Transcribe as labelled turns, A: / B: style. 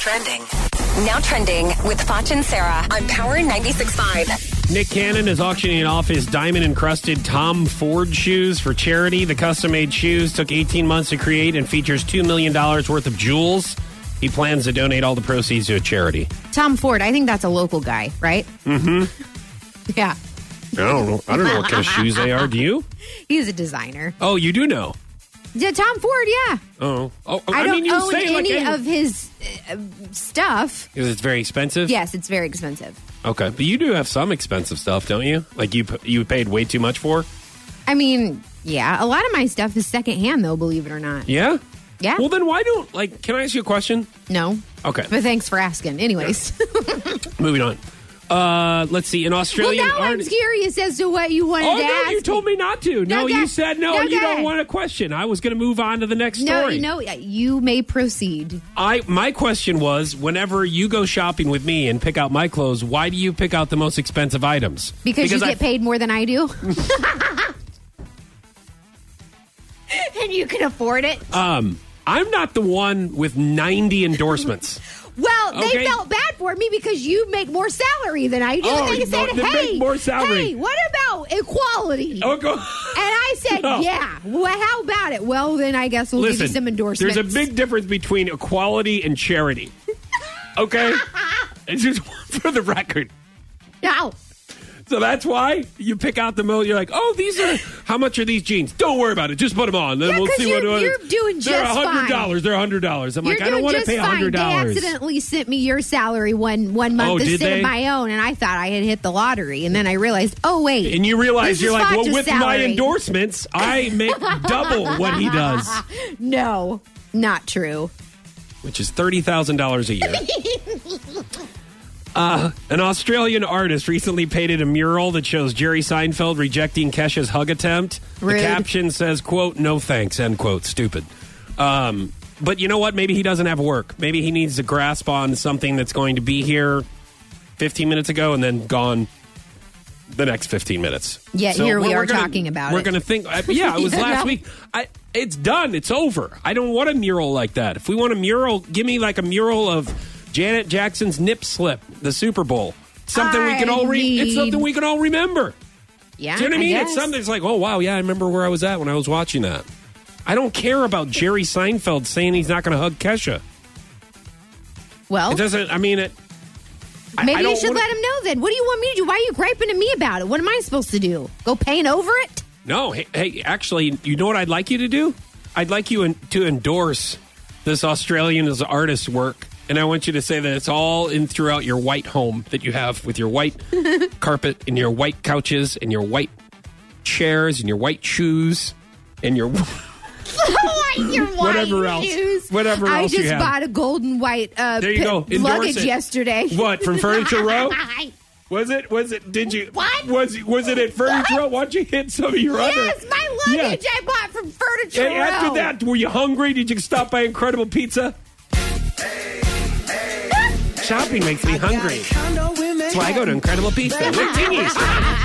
A: Trending. Now trending with Foch and Sarah on Power 96.5.
B: Nick Cannon is auctioning off his diamond encrusted Tom Ford shoes for charity. The custom made shoes took 18 months to create and features $2 million worth of jewels. He plans to donate all the proceeds to a charity.
C: Tom Ford, I think that's a local guy, right? Mm
B: Mm-hmm.
C: hmm. Yeah.
B: I don't know. I don't know what kind of shoes they are. Do you?
C: He's a designer.
B: Oh, you do know.
C: Yeah, Tom Ford, yeah.
B: Oh, oh.
C: I, don't
B: mean, you
C: own
B: say it like
C: any
B: any-
C: of his uh, stuff.
B: because it's very expensive.
C: Yes, it's very expensive.
B: Okay, but you do have some expensive stuff, don't you? Like you p- you paid way too much for.
C: I mean, yeah, a lot of my stuff is secondhand, though, believe it or not.
B: Yeah.
C: Yeah.
B: Well, then why don't like? Can I ask you a question?
C: No.
B: Okay.
C: But thanks for asking. Anyways.
B: Moving on. Uh, let's see. An
C: well,
B: Australian
C: now I'm
B: artist.
C: curious as to what you wanted
B: Oh
C: to
B: no!
C: ask.
B: You told me not to. No,
C: No,
B: you
C: go-
B: said no.
C: no,
B: you
C: go
B: don't
C: ahead.
B: want a question. I was going to move on to the next
C: no,
B: story.
C: you know, uh, you may proceed.
B: I my question was: whenever you go shopping with me and pick out my clothes, why do you pick out the most expensive items?
C: Because, you
B: I-
C: get paid more than I do. and you can afford it.
B: Um, I'm not the one with 90 endorsements.
C: well,
B: okay.
C: they felt bad for me because you make more salary than I do.
B: Oh,
C: and they
B: you
C: said,
B: know, they
C: hey,
B: make more salary."
C: hey, what about equality?
B: oh, go.
C: And I said,
B: No.
C: yeah. Well, how about it? Well, then I guess we'll give
B: Listen,
C: you some endorsements.
B: there's a big difference between equality and charity. Okay, it's just for the record.
C: No.
B: So that's why you pick out the most. You're like, oh, these are how much are these jeans? Don't worry about it. Just put them on. Then
C: Yeah,
B: we'll
C: 'cause
B: see what
C: you're-
B: what.
C: you're doing
B: They're
C: just
B: hundred dollars. They're hundred dollars. I'm
C: You're
B: like, I
C: doing
B: don't want to
C: just
B: pay
C: fine.
B: hundred
C: They
B: dollars.
C: accidentally sent me your salary one one month
B: Oh, did
C: instead
B: they?
C: of my own, and I thought I had hit the lottery, and then I realized, oh wait,
B: And you realize
C: this
B: you're
C: is
B: like, well,
C: Foch's
B: with my
C: salary.
B: endorsements, I make double what he does,
C: No, not true.
B: which is thirty thousand dollars a year. Uh, an Australian artist recently painted a mural that shows Jerry Seinfeld rejecting Kesha's hug attempt. The
C: Rude.
B: caption says, quote, no thanks, end quote, stupid. Um, but you know what? Maybe he doesn't have work. Maybe he needs to grasp on something that's going to be here 15 minutes ago and then gone the next 15 minutes.
C: Yet here we
B: we're-
C: are
B: we're gonna-
C: talking about
B: We're
C: it.
B: going to think, I- yeah, it was
C: You
B: last
C: know?
B: week. I, it's done. It's over. I don't want a mural like that. If we want a mural, give me like a mural of Janet Jackson's nip slip, the Super Bowl. Something we can
C: I
B: all re- it's
C: need-
B: something we can all remember.
C: Yeah,
B: Do you know what I mean? It's
C: guess.
B: something that's like, oh wow, yeah, I remember where I was at when I was watching that. I don't care about Jerry Seinfeld saying he's not going to hug Kesha.
C: Well,
B: It doesn't. I mean, it. I- I
C: maybe you
B: don't
C: should
B: wanna-
C: let him know then. What do you want me to do? Why are you griping to me about it? What am I supposed to do? Go paint over it?
B: No, hey, hey, actually, you know what I'd like you to do? I'd like you en- to endorse this Australian as artist work, and I want you to say that it's all in throughout your white home that you have with your white carpet and your white couches and your white chairs and your white shoes and your.
C: White, your white
B: Whatever else.
C: shoes.
B: Whatever
C: I
B: else you
C: just
B: have.
C: bought a golden white uh,
B: There you
C: pi-
B: go. Endorse
C: luggage
B: it.
C: yesterday.
B: What from Furniture Row? Was it? Was it? Did you?
C: What?
B: Was was it at Furniture
C: What?
B: Row? Why'd you hit some of your other?
C: Yes, my luggage
B: Yeah.
C: I bought from Furniture
B: Hey,
C: Row.
B: after that, were you hungry? Did you stop by Incredible Pizza? Shopping makes me hungry. That's why I go to Incredible Pizza. With Tingy's.